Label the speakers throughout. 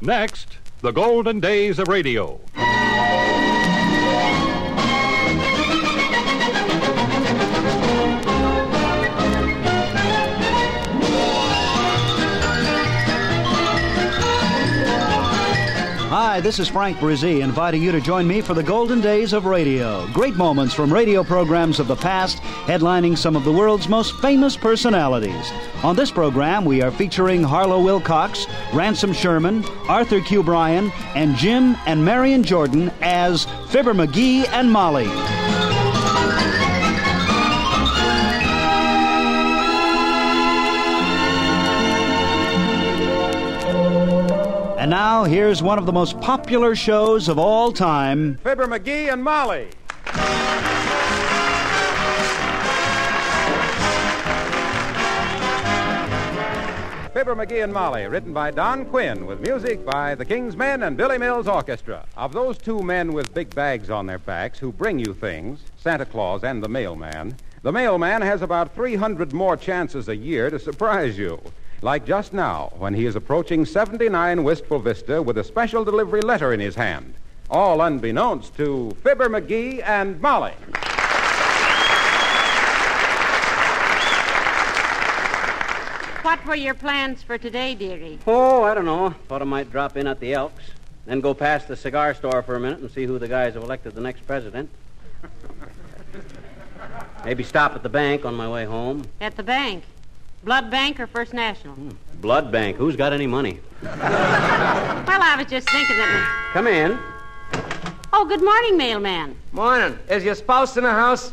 Speaker 1: Next, the golden days of radio.
Speaker 2: Hi, this is Frank Brizzi inviting you to join me for the golden days of radio. Great moments from radio programs of the past, headlining some of the world's most famous personalities. On this program, we are featuring Harlow Wilcox, Ransom Sherman, Arthur Q. Bryan, and Jim and Marion Jordan as Fibber McGee and Molly. And now, here's one of the most popular shows of all time.
Speaker 3: Fibber McGee and Molly. Fibber McGee and Molly, written by Don Quinn, with music by the King's Men and Billy Mills Orchestra. Of those two men with big bags on their backs who bring you things, Santa Claus and the mailman, the mailman has about 300 more chances a year to surprise you. Like just now, when he is approaching 79 Wistful Vista with a special delivery letter in his hand, all unbeknownst to Fibber McGee and Molly.
Speaker 4: What were your plans for today, dearie?
Speaker 5: Oh, I don't know. Thought I might drop in at the Elks, then go past the cigar store for a minute and see who the guys have elected the next president. Maybe stop at the bank on my way home.
Speaker 4: At the bank. Blood Bank or First National?
Speaker 5: Hmm. Blood bank. Who's got any money?
Speaker 4: Well, I was just thinking that.
Speaker 5: Come in.
Speaker 4: Oh, good morning, mailman.
Speaker 6: Morning. Is your spouse in the house?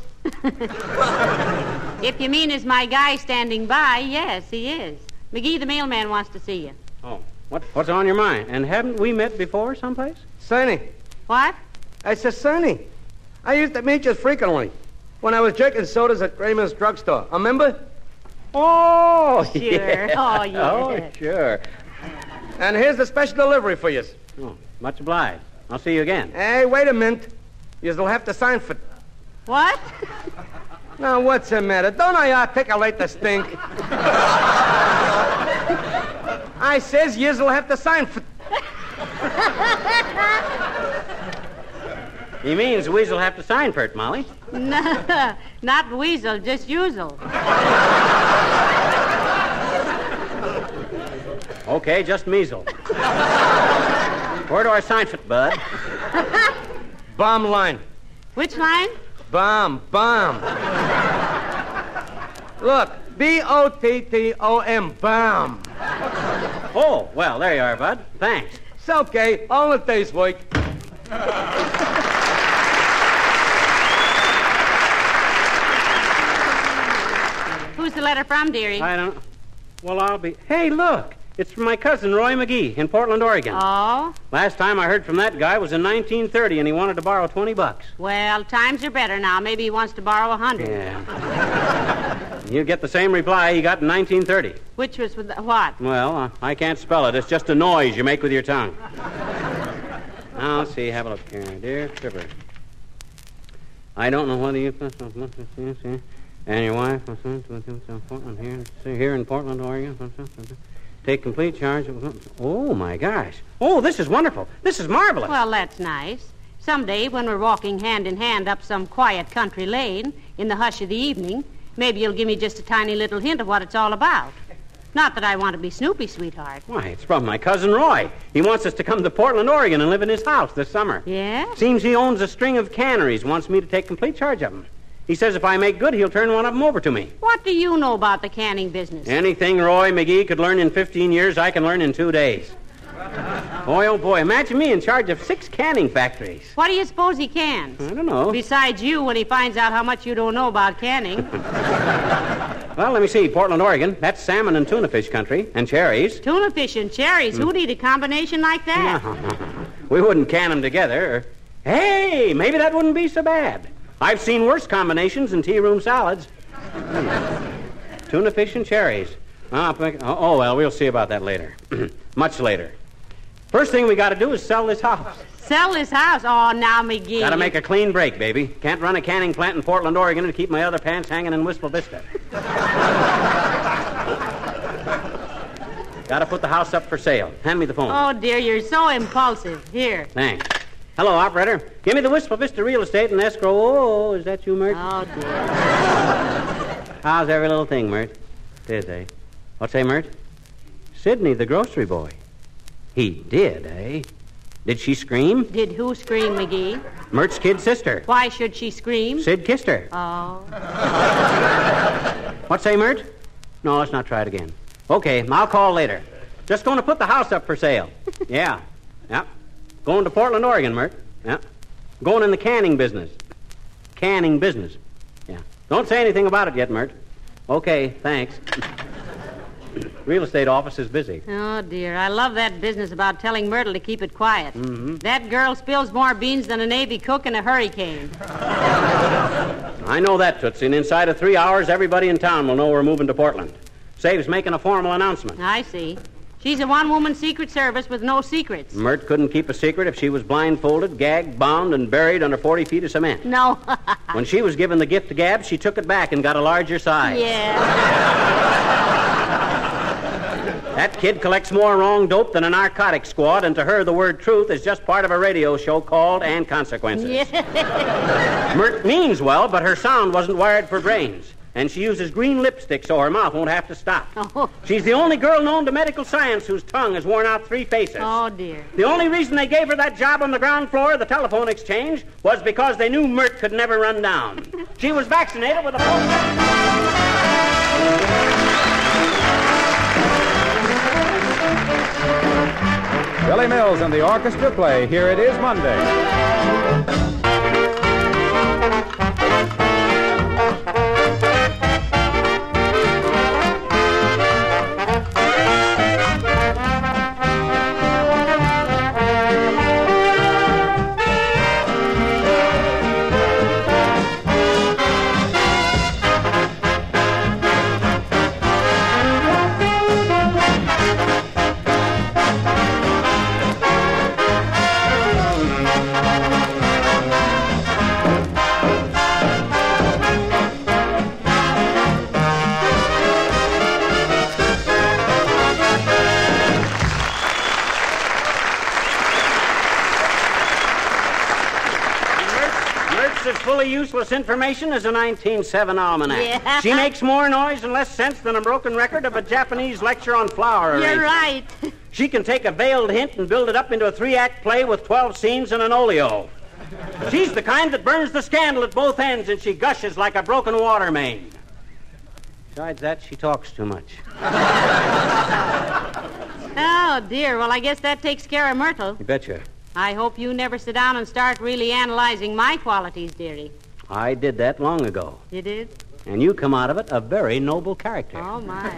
Speaker 4: If you mean is my guy standing by, yes, he is. McGee, the mailman, wants to see you.
Speaker 5: Oh, what, what's on your mind? And haven't we met before someplace?
Speaker 6: Sonny.
Speaker 4: What?
Speaker 6: I said, Sonny, I used to meet you frequently when I was jerking sodas at Grayman's drugstore. Remember?
Speaker 5: Oh,
Speaker 4: Sure.
Speaker 5: yeah.
Speaker 4: Oh, yeah.
Speaker 5: Oh, sure.
Speaker 6: And here's the special delivery for you.
Speaker 5: Oh, much obliged. I'll see you again.
Speaker 6: Hey, wait a minute. You'll have to sign for it.
Speaker 4: What?
Speaker 6: Now, what's the matter? Don't I articulate the stink? I says you'll have to sign for
Speaker 5: He means Weasel have to sign for it, Molly.
Speaker 4: No, not weasel, just usel.
Speaker 5: Okay, just measle. Where do I sign for it, bud?
Speaker 6: Bomb line.
Speaker 4: Which line?
Speaker 6: Bomb, bomb. Look, B O T T O M, bomb.
Speaker 5: Oh, well, there you are, bud. Thanks.
Speaker 6: It's okay. All it takes, Mike.
Speaker 4: Who's the letter from, dearie?
Speaker 5: I don't. Well, I'll be. Hey, look! It's from my cousin Roy McGee in Portland, Oregon.
Speaker 4: Oh,
Speaker 5: Last time I heard from that guy was in 1930, and he wanted to borrow 20 bucks.
Speaker 4: well, times are better now. Maybe he wants to borrow a hundred.
Speaker 5: Yeah. you get the same reply he got in 1930.
Speaker 4: Which was with the, what?
Speaker 5: Well, uh, I can't spell it. It's just a noise you make with your tongue. now, let's see. Have a look here. Dear Tripper, I don't know whether you... And your wife... uh, Portland here, see, here in Portland, Oregon. Take complete charge of... Oh, my gosh. Oh, this is wonderful. This is marvelous.
Speaker 4: Well, that's nice. Someday, when we're walking hand in hand up some quiet country lane in the hush of the evening, maybe you'll give me just a tiny little hint of what it's all about. Not that I want to be Snoopy, sweetheart.
Speaker 5: Why, it's from my cousin Roy. He wants us to come to Portland, Oregon and live in his house this summer.
Speaker 4: Yeah?
Speaker 5: Seems he owns a string of canneries, wants me to take complete charge of them. He says if I make good, he'll turn one of them over to me.
Speaker 4: What do you know about the canning business?
Speaker 5: Anything Roy McGee could learn in 15 years, I can learn in two days. Boy, oh boy, imagine me in charge of six canning factories.
Speaker 4: What do you suppose he can?
Speaker 5: I don't know.
Speaker 4: Besides you, when he finds out how much you don't know about canning.
Speaker 5: Well, let me see. Portland, Oregon. That's salmon and tuna fish country. And cherries.
Speaker 4: Tuna fish and cherries. Who'd eat a combination like that?
Speaker 5: we wouldn't can them together. Or... Hey, maybe that wouldn't be so bad. I've seen worse combinations in tea room salads. Tuna fish and cherries. Ah, pick- oh, oh, well, we'll see about that later. Much later. First thing we got to do is sell this house.
Speaker 4: Sell this house. Oh, now, McGee.
Speaker 5: Gotta make a clean break, baby. Can't run a canning plant in Portland, Oregon and keep my other pants hanging in Wistful Vista. Gotta put the house up for sale. Hand me the phone.
Speaker 4: Oh, dear, you're so impulsive. Here.
Speaker 5: Thanks. Hello, operator. Give me the whistle, Mr. Real Estate and escrow. Oh, is that you, Mert?
Speaker 4: Oh, dear.
Speaker 5: How's every little thing, Mert? Did they? What's that, Mert? Sidney, the grocery boy. He did, eh? Did she scream?
Speaker 4: Did who scream, McGee?
Speaker 5: Mert's kid sister.
Speaker 4: Why should she scream?
Speaker 5: Sid kissed her.
Speaker 4: Oh.
Speaker 5: What's that, Mert? No, let's not try it again. Okay, I'll call later. Just going to put the house up for sale. yeah. Yeah. Going to Portland, Oregon, Mert. Yeah. Going in the canning business. Canning business. Yeah. Don't say anything about it yet, Mert. Okay, thanks. Real estate office is busy.
Speaker 4: Oh, dear. I love that business about telling Myrtle to keep it quiet. Mm-hmm. That girl spills more beans than a Navy cook in a hurricane.
Speaker 5: I know that, Tootsie, and inside of three hours, everybody in town will know we're moving to Portland. Saves making a formal announcement.
Speaker 4: I see. She's a one woman Secret Service with no secrets.
Speaker 5: Mert couldn't keep a secret if she was blindfolded, gagged, bound, and buried under 40 feet of cement.
Speaker 4: No.
Speaker 5: When she was given the gift to Gab, she took it back and got a larger size.
Speaker 4: yeah.
Speaker 5: That kid collects more wrong dope than a narcotic squad, and to her, the word truth is just part of a radio show called And Consequences. Mert means well, but her sound wasn't wired for brains. And she uses green lipstick so her mouth won't have to stop.
Speaker 4: Oh.
Speaker 5: She's the only girl known to medical science whose tongue has worn out three faces.
Speaker 4: Oh, dear.
Speaker 5: The only reason they gave her that job on the ground floor of the telephone exchange was because they knew Mert could never run down. she was vaccinated with a full.
Speaker 3: Billy Mills and the orchestra play Here It Is Monday.
Speaker 5: Mertz is fully useless information is a 1907 almanac.
Speaker 4: Yeah.
Speaker 5: She makes more noise and less sense than a broken record of a Japanese lecture on flower
Speaker 4: You're
Speaker 5: arrangement.
Speaker 4: right.
Speaker 5: She can take a veiled hint and build it up into a three-act play with 12 scenes and an oleo. She's the kind that burns the scandal at both ends and she gushes like a broken water main. Besides that, she talks too much.
Speaker 4: Oh, dear. Well, I guess that takes care of Myrtle.
Speaker 5: You betcha.
Speaker 4: I hope you never sit down and start really analyzing my qualities, dearie.
Speaker 5: I did that long ago.
Speaker 4: You did?
Speaker 5: And you come out of it a very noble character.
Speaker 4: Oh, my.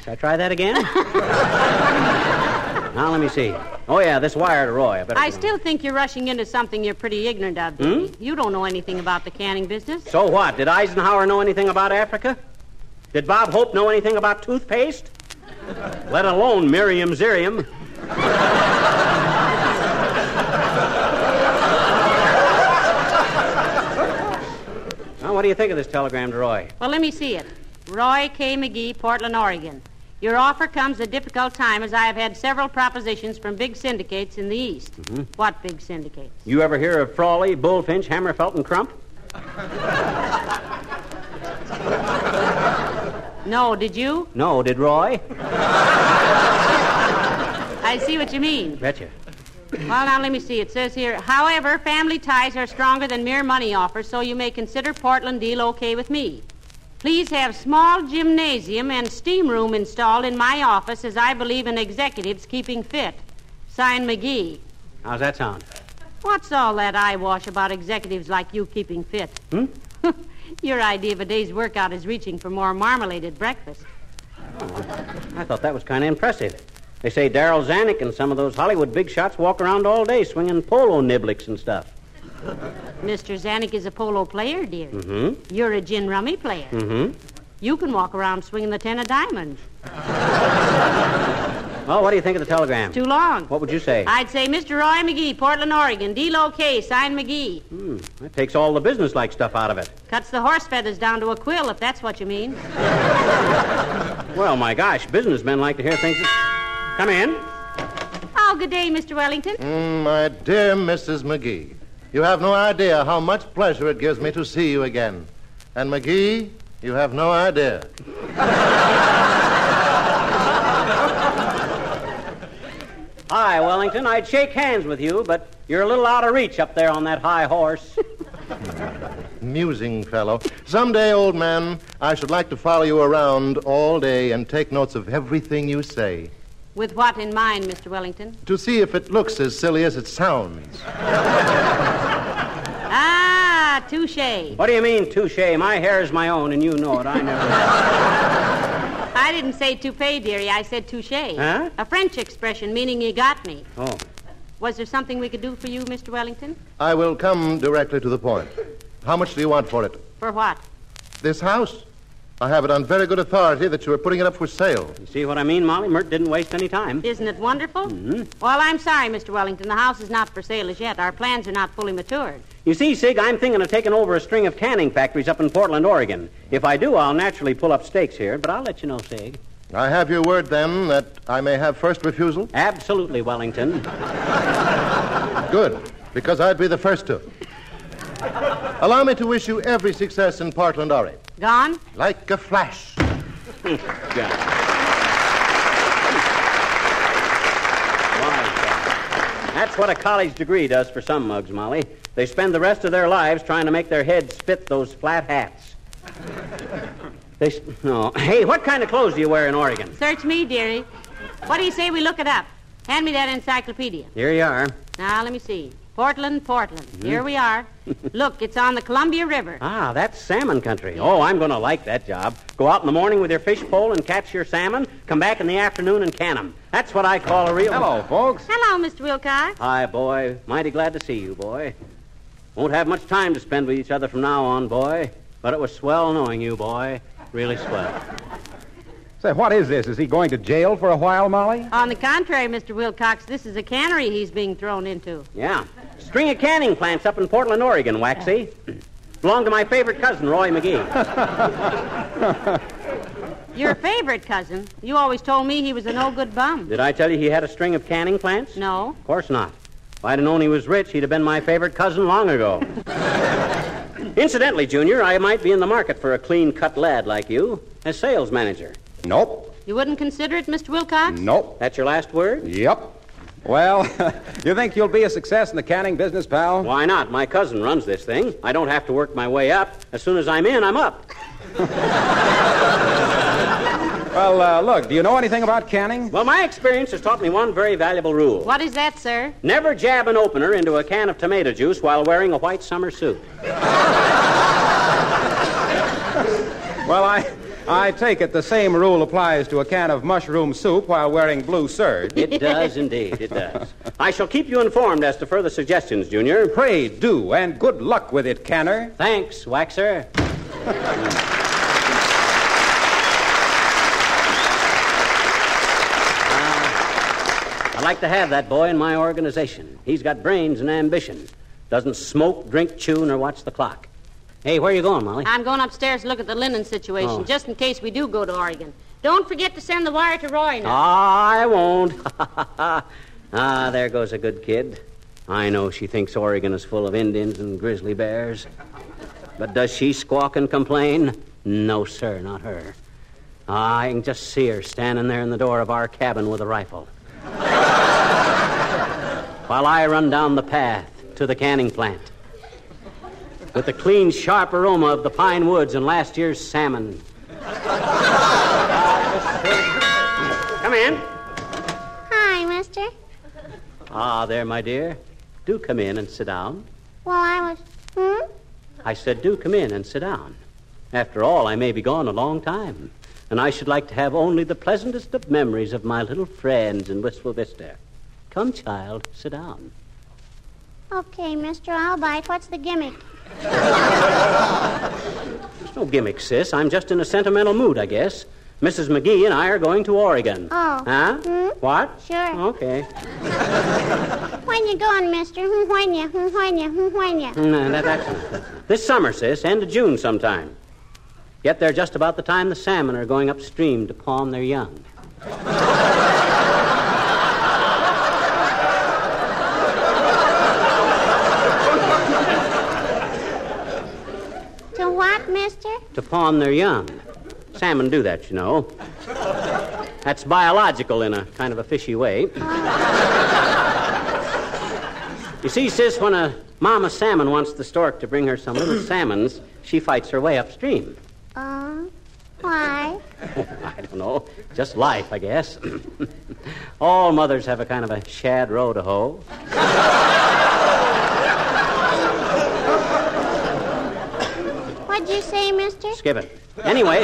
Speaker 5: Should I try that again? now let me see. Oh yeah, this wire to Roy. I better.
Speaker 4: I
Speaker 5: go.
Speaker 4: still think you're rushing into something you're pretty ignorant of, dearie. You don't know anything about the canning business.
Speaker 5: So what? Did Eisenhower know anything about Africa? Did Bob Hope know anything about toothpaste? Let alone Miriam Zerium. now, what do you think of this telegram to Roy?
Speaker 4: Well, let me see it. Roy K. McGee, Portland, Oregon. Your offer comes at a difficult time as I have had several propositions from big syndicates in the East. What big syndicates?
Speaker 5: You ever hear of Frawley, Bullfinch, Hammerfelt, and Crump?
Speaker 4: No, did you?
Speaker 5: No, did Roy?
Speaker 4: I see what you mean.
Speaker 5: Betcha.
Speaker 4: Well, now let me see. It says here, however, family ties are stronger than mere money offers, so you may consider Portland deal okay with me. Please have small gymnasium and steam room installed in my office as I believe in executives keeping fit. Sign McGee.
Speaker 5: How's that sound?
Speaker 4: What's all that eyewash about executives like you keeping fit? Hmm? Your idea of a day's workout is reaching for more marmalade at breakfast.
Speaker 5: I thought that was kind of impressive. They say Daryl Zanuck and some of those Hollywood big shots walk around all day swinging polo niblicks and stuff.
Speaker 4: Mr. Zanuck is a polo player, dear. Mm-hmm. You're a gin rummy player. Mm-hmm. You can walk around swinging the ten of diamonds.
Speaker 5: Well, what do you think of the telegram?
Speaker 4: Too long.
Speaker 5: What would you say?
Speaker 4: I'd say Mr. Roy McGee, Portland, Oregon. Deal okay, sign McGee.
Speaker 5: That takes all the business-like stuff out of it.
Speaker 4: Cuts the horse feathers down to a quill, if that's what you mean.
Speaker 5: Well, my gosh, businessmen like to hear things. That... Come in.
Speaker 4: Oh, good day, Mr. Wellington.
Speaker 7: Mm, my dear Mrs. McGee, you have no idea how much pleasure it gives me to see you again. And McGee, you have no idea.
Speaker 5: Hi, Wellington. I'd shake hands with you, but you're a little out of reach up there on that high horse.
Speaker 7: Musing fellow. Someday, old man, I should like to follow you around all day and take notes of everything you say
Speaker 4: With what in mind, Mr. Wellington?
Speaker 7: to see if it looks as silly as it sounds.
Speaker 4: Ah, touche.
Speaker 5: what do you mean, touche? My hair is my own, and you know it. I never.
Speaker 4: I didn't say toupee, dearie. I said touche.
Speaker 5: Huh?
Speaker 4: A French expression meaning you got me.
Speaker 5: oh.
Speaker 4: Was there something we could do for you, Mr. Wellington?
Speaker 7: I will come directly to the point. How much do you want for it?
Speaker 4: For what?
Speaker 7: This house? I have it on very good authority that you are putting it up for sale.
Speaker 5: You see what I mean, Molly? Mert didn't waste any time.
Speaker 4: Isn't it wonderful? Well, I'm sorry, Mr. Wellington. The house is not for sale as yet. Our plans are not fully matured.
Speaker 5: You see, Sig, I'm thinking of taking over a string of canning factories up in Portland, Oregon. If I do, I'll naturally pull up stakes here, but I'll let you know, Sig.
Speaker 7: I have your word, then, that I may have first refusal?
Speaker 5: Absolutely, Wellington.
Speaker 7: Good, because I'd be the first to. Allow me to wish you every success in Portland, Ori.
Speaker 4: Gone?
Speaker 7: Like a flash.
Speaker 5: Why, That's what a college degree does for some mugs, Molly. They spend the rest of their lives trying to make their heads fit those flat hats. They s- no. Hey, what kind of clothes do you wear in Oregon?
Speaker 4: Search me, dearie. What do you say we look it up? Hand me that encyclopedia.
Speaker 5: Here you are.
Speaker 4: Now, let me see. Portland, Portland. Here we are. Look, it's on the Columbia River.
Speaker 5: Ah, that's salmon country. Oh, I'm going to like that job. Go out in the morning with your fish pole and catch your salmon. Come back in the afternoon and can 'em. That's what I call a real.
Speaker 3: Hello, folks.
Speaker 4: Hello, Mr. Wilcox.
Speaker 5: Hi, boy. Mighty glad to see you, boy. Won't have much time to spend with each other from now on, boy. But it was swell knowing you, boy. Really swell.
Speaker 3: Say, what is this? Is he going to jail for a while, Molly?
Speaker 4: On the contrary, Mr. Wilcox, this is a cannery he's being thrown into.
Speaker 5: Yeah. String of canning plants up in Portland, Oregon, Waxy. Belong to my favorite cousin, Roy McGee.
Speaker 4: Your favorite cousin. You always told me he was a no good bum.
Speaker 5: Did I tell you he had a string of canning plants?
Speaker 4: No.
Speaker 5: Of course not. If I'd have known he was rich, he'd have been my favorite cousin long ago. Incidentally, Junior, I might be in the market for a clean cut lad like you as sales manager.
Speaker 3: Nope.
Speaker 4: You wouldn't consider it, Mr. Wilcox?
Speaker 3: Nope.
Speaker 5: That's your last word?
Speaker 3: Yep. Well, you think you'll be a success in the canning business, pal?
Speaker 5: Why not? My cousin runs this thing. I don't have to work my way up. As soon as I'm in, I'm up.
Speaker 3: Well, uh, look, do you know anything about canning?
Speaker 5: Well, my experience has taught me one very valuable rule.
Speaker 4: What is that, sir?
Speaker 5: Never jab an opener into a can of tomato juice while wearing a white summer suit.
Speaker 3: Well, I, I take it the same rule applies to a can of mushroom soup while wearing blue serge.
Speaker 5: It does indeed. It does. I shall keep you informed as to further suggestions, Junior.
Speaker 3: Pray do, and good luck with it, canner.
Speaker 5: Thanks, Waxer. Uh, I'd like to have that boy in my organization. He's got brains and ambition. Doesn't smoke, drink, chew, nor watch the clock. Hey, where are you going, Molly?
Speaker 4: I'm going upstairs to look at the linen situation,
Speaker 5: Oh.
Speaker 4: just in case we do go to Oregon. Don't forget to send the wire to Roy
Speaker 5: Oh.
Speaker 4: now.
Speaker 5: I won't. ah, there goes a good kid. I know she thinks Oregon is full of Indians and grizzly bears. But does she squawk and complain? No, sir, not her. Ah, I can just see her standing there in the door of our cabin with a rifle. While I run down the path to the canning plant. With the clean, sharp aroma of the pine woods and last year's salmon. Come in.
Speaker 8: Hi, mister.
Speaker 5: Ah, there, my dear. Do come in and sit down.
Speaker 8: Well, I was. Hmm?
Speaker 5: I said, do come in and sit down. After all, I may be gone a long time, and I should like to have only the pleasantest of memories of my little friends in Wistful Vista. Come, child, sit down.
Speaker 8: Okay, mister, I'll bite. What's the gimmick?
Speaker 5: There's no gimmick, sis. I'm just in a sentimental mood, I guess. Mrs. McGee and I are going to Oregon.
Speaker 8: Oh.
Speaker 5: Huh?
Speaker 8: Hmm?
Speaker 5: What?
Speaker 8: Sure.
Speaker 5: Okay.
Speaker 8: When you going, mister? Hmm, When you? Hmm, When you? Hmm, When you?
Speaker 5: No, that- that's- This summer, sis, end of June sometime. Get there just about the time the salmon are going upstream to palm their young.
Speaker 8: To what, mister?
Speaker 5: To palm their young. Salmon do that, you know. That's biological in a kind of a fishy way. you see, sis, when a mama salmon wants the stork to bring her some little salmons, she fights her way upstream.
Speaker 8: Oh, why?
Speaker 5: I don't know. Just life, I guess. All mothers have a kind of a shad row to hoe.
Speaker 8: What'd you say, mister?
Speaker 5: Skip it. Anyway,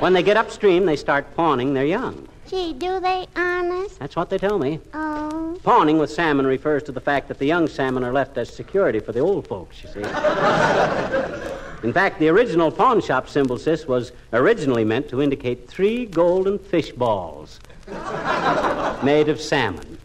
Speaker 5: when they get upstream, they start pawning their young.
Speaker 8: Gee, do they honest?
Speaker 5: That's what they tell me.
Speaker 8: Oh,
Speaker 5: Pawning with salmon refers to the fact that the young salmon are left as security for the old folks, you see. In fact, the original pawn shop symbol, sis, was originally meant to indicate three golden fish balls made of salmon.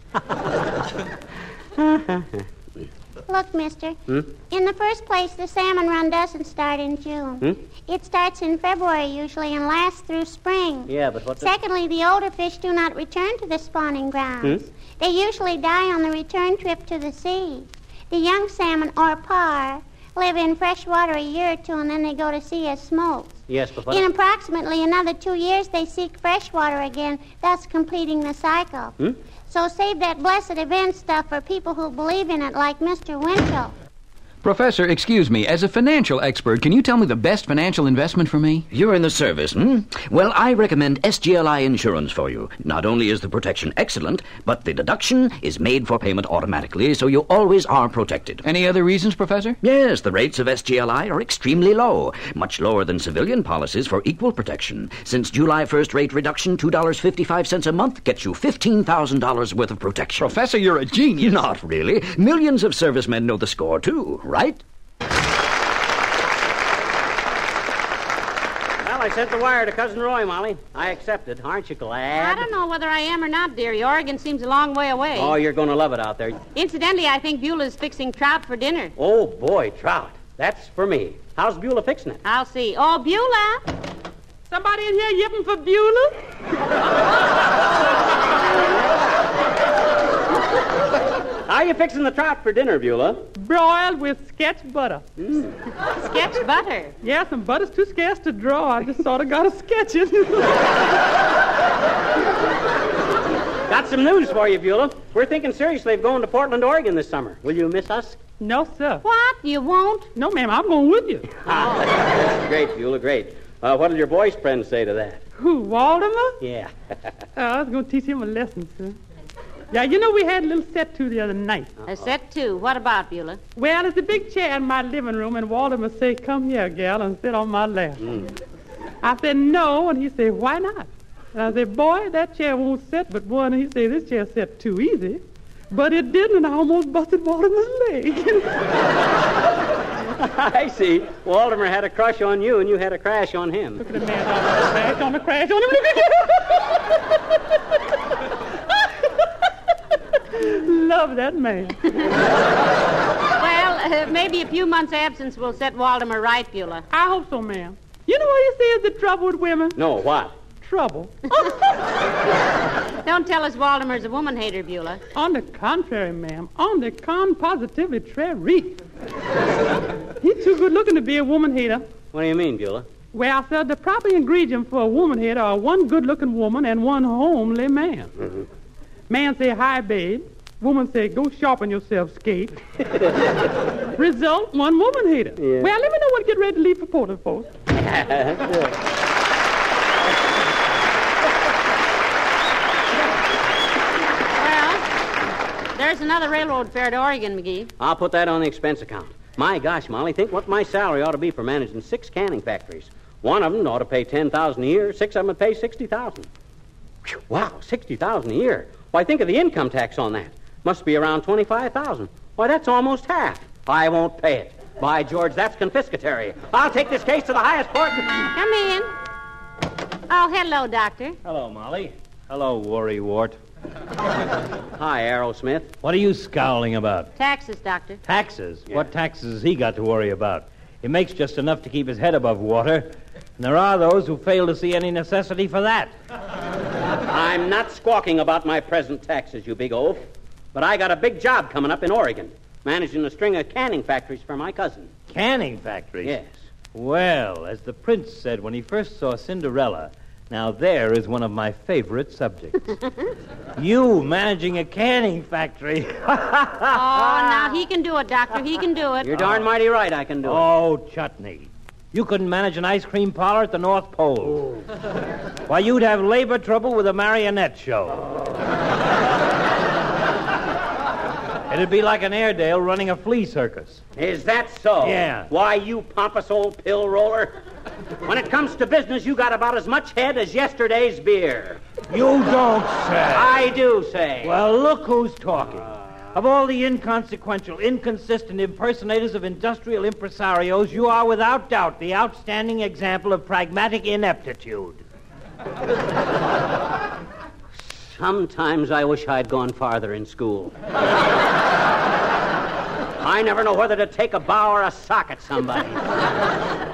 Speaker 8: look, mister.
Speaker 5: Hmm?
Speaker 8: In the first place, the salmon run doesn't start in June.
Speaker 5: Hmm?
Speaker 8: It starts in February usually and lasts through spring.
Speaker 5: Yeah, but what the...
Speaker 8: Secondly, the older fish do not return to the spawning grounds.
Speaker 5: Hmm?
Speaker 8: They usually die on the return trip to the sea. The young salmon, or par, live in fresh water a year or two and then they go to sea as smolts.
Speaker 5: Yes, but what...
Speaker 8: In approximately another two years, they seek fresh water again, thus completing the cycle. So save that blessed event stuff for people who believe in it, like Mr. Winchell.
Speaker 9: Professor, excuse me, as a financial expert, can you tell me the best financial investment for me?
Speaker 10: You're in the service, hmm? Well, I recommend SGLI insurance for you. Not only is the protection excellent, but the deduction is made for payment automatically, so you always are protected.
Speaker 9: Any other reasons, Professor?
Speaker 10: Yes, the rates of SGLI are extremely low, much lower than civilian policies for equal protection. Since July 1st rate reduction, $2.55 a month gets you $15,000 worth of protection.
Speaker 9: Professor, you're a genius.
Speaker 10: Not really. Millions of servicemen know the score, too, right?
Speaker 5: Well, I sent the wire to Cousin Roy, Molly. I accepted. Aren't you glad?
Speaker 4: I don't know whether I am or not, dearie. Oregon seems a long way away.
Speaker 5: Oh, you're going to love it out there.
Speaker 4: Incidentally, I think Beulah's fixing trout for dinner.
Speaker 5: Oh, boy, trout. That's for me. How's Beulah fixing it?
Speaker 4: I'll see. Oh, Beulah! Somebody in here yipping for Beulah?
Speaker 5: How are you fixing the trout for dinner, Beulah?
Speaker 11: Broiled with sketch butter.
Speaker 4: Sketch butter.
Speaker 11: Yeah, some butter's too scarce to draw. I just sort of got to sketch it.
Speaker 5: Got some news for you, Beulah. We're thinking seriously of going to Portland, Oregon this summer. Will you miss us?
Speaker 11: no, sir.
Speaker 4: What? You won't?
Speaker 11: No, ma'am, I'm going with you.
Speaker 5: Great, Beulah, great. Uh, what'll your boy's friends say to that?
Speaker 11: Who, Waldemar?
Speaker 5: Yeah.
Speaker 11: Uh, I was going to teach him a lesson, sir. Yeah, you know, we had a little set to the other night.
Speaker 4: A set two. What about Beulah?
Speaker 11: Well, it's a big chair in my living room, and Waldemar say, come here, gal, and sit on my lap. I said, no, and he said, why not? And I said, boy, that chair won't sit but one. And he said, this chair set too easy. But it didn't, and I almost busted Waldemar's leg.
Speaker 5: I see. Waldemar had a crush on you, and you had a crash on him.
Speaker 11: the man on the crash on the crash on him. Look at you. Love that man.
Speaker 4: Well, uh, maybe a few months' absence will set Waldemar right, Beulah.
Speaker 11: I hope so, ma'am. You know what he says the trouble with women?
Speaker 5: No, what?
Speaker 11: Trouble.
Speaker 4: Don't tell us Waldemar's a woman hater, Beulah.
Speaker 11: On the contrary, ma'am. On the con positively contrary. He's too good looking to be a woman hater.
Speaker 5: What do you mean, Beulah?
Speaker 11: Well, sir, the proper ingredient for a woman hater are one good looking woman and one homely man. Man say, hi, babe. Woman say, go sharpen yourself, skate. Result, one woman hater. Well, let me know when to get ready to leave for Portland, folks.
Speaker 4: Well, there's another railroad fare to Oregon, McGee.
Speaker 5: I'll put that on the expense account. My gosh, Molly, think what my salary ought to be for managing six canning factories. One of them ought to pay ten thousand a year. Six of them would pay sixty thousand. Wow, sixty thousand a year. Why, think of the income tax on that. Must be around twenty-five thousand. Why, that's almost half. I won't pay it. By George, that's confiscatory. I'll take this case to the highest court.
Speaker 4: Come in. Oh, hello, Doctor.
Speaker 12: Hello, Molly. Hello, Worry Wart.
Speaker 5: Hi, Aerosmith.
Speaker 12: What are you scowling about?
Speaker 4: Taxes, Doctor.
Speaker 12: Taxes. What taxes has he got to worry about? He makes just enough to keep his head above water, And there are those who fail to see any necessity for that.
Speaker 5: I'm not squawking about my present taxes, you big oaf, but I got a big job coming up in Oregon, managing a string of canning factories for my cousin.
Speaker 12: Canning factories?
Speaker 5: Yes.
Speaker 12: Well, as the prince said when he first saw Cinderella, now there is one of my favorite subjects. you managing a canning factory.
Speaker 4: oh, now he can do it, Doctor. He can do it.
Speaker 12: You're darn
Speaker 5: mighty right I can do
Speaker 12: oh, it. Oh, chutney. You couldn't manage an ice cream parlor at the North Pole. Why, you'd have labor trouble with a marionette show. It'd be like an Airedale running a flea circus.
Speaker 5: Is that so?
Speaker 12: Yeah.
Speaker 5: Why, you pompous old pill roller? When it comes to business, you got about as much head as yesterday's beer.
Speaker 12: You don't say.
Speaker 5: I do say.
Speaker 12: Well, look who's talking. Of all the inconsequential, inconsistent impersonators of industrial impresarios, you are without doubt the outstanding example of pragmatic ineptitude.
Speaker 5: Sometimes I wish I'd gone farther in school. I never know whether to take a bow or a sock at somebody.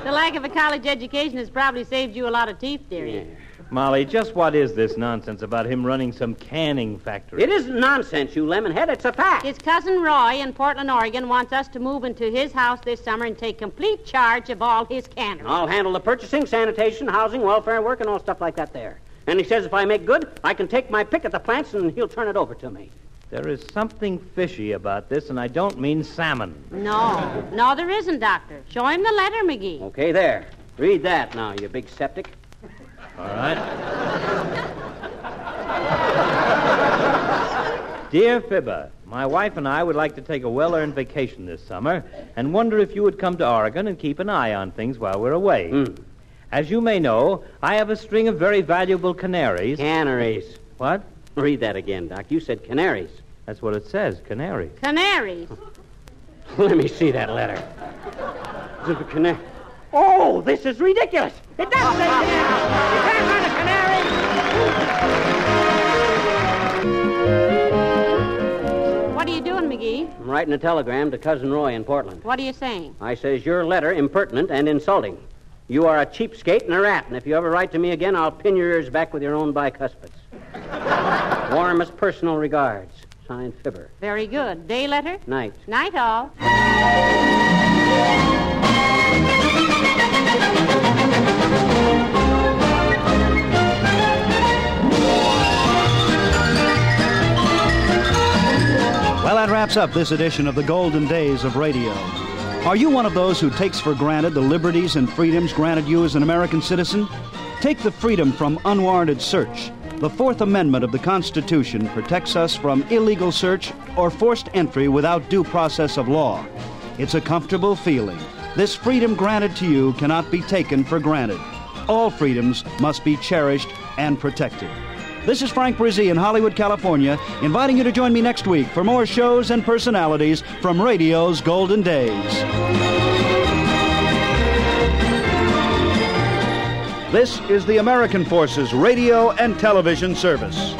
Speaker 4: The lack of a college education has probably saved you a lot of teeth, dearie.
Speaker 12: Molly, just what is this nonsense about him running some canning factory?
Speaker 5: It isn't nonsense, you lemonhead. It's a fact.
Speaker 4: His cousin Roy in Portland, Oregon wants us to move into his house this summer and take complete charge of all his canneries.
Speaker 5: I'll handle the purchasing, sanitation, housing, welfare, work, and all stuff like that there. And he says if I make good, I can take my pick at the plants and he'll turn it over to me.
Speaker 12: There is something fishy about this, and I don't mean salmon.
Speaker 4: No, no, there isn't, Doctor. Show him the letter, McGee.
Speaker 5: Okay, there. Read that now, you big septic.
Speaker 12: All right. Dear Fibber, my wife and I would like to take a well earned vacation this summer and wonder if you would come to Oregon and keep an eye on things while we're away. As you may know, I have a string of very valuable canaries.
Speaker 5: Canaries.
Speaker 12: What?
Speaker 5: Read that again, Doc. You said canaries.
Speaker 12: That's what it says, canaries.
Speaker 4: Canaries.
Speaker 5: Let me see that letter. Canary. Oh, this is ridiculous. It does say canary. You can't hunt a
Speaker 4: What are you doing, McGee?
Speaker 5: I'm writing a telegram to Cousin Roy in Portland.
Speaker 4: What are you saying?
Speaker 5: I says, Your letter impertinent and insulting. You are a cheapskate and a rat, and if you ever write to me again, I'll pin your ears back with your own bicuspids. Warmest personal regards. Signed Fibber.
Speaker 4: Very good. Day letter?
Speaker 5: Night.
Speaker 4: Night all.
Speaker 2: Well, that wraps up this edition of the Golden Days of Radio. Are you one of those who takes for granted the liberties and freedoms granted you as an American citizen? Take the freedom from unwarranted search. The Fourth Amendment of the Constitution protects us from illegal search or forced entry without due process of law. It's a comfortable feeling. This freedom granted to you cannot be taken for granted. All freedoms must be cherished and protected. This is Frank Brizzi in Hollywood, California, inviting you to join me next week for more shows and personalities from radio's golden days. This is the American Forces Radio and Television Service.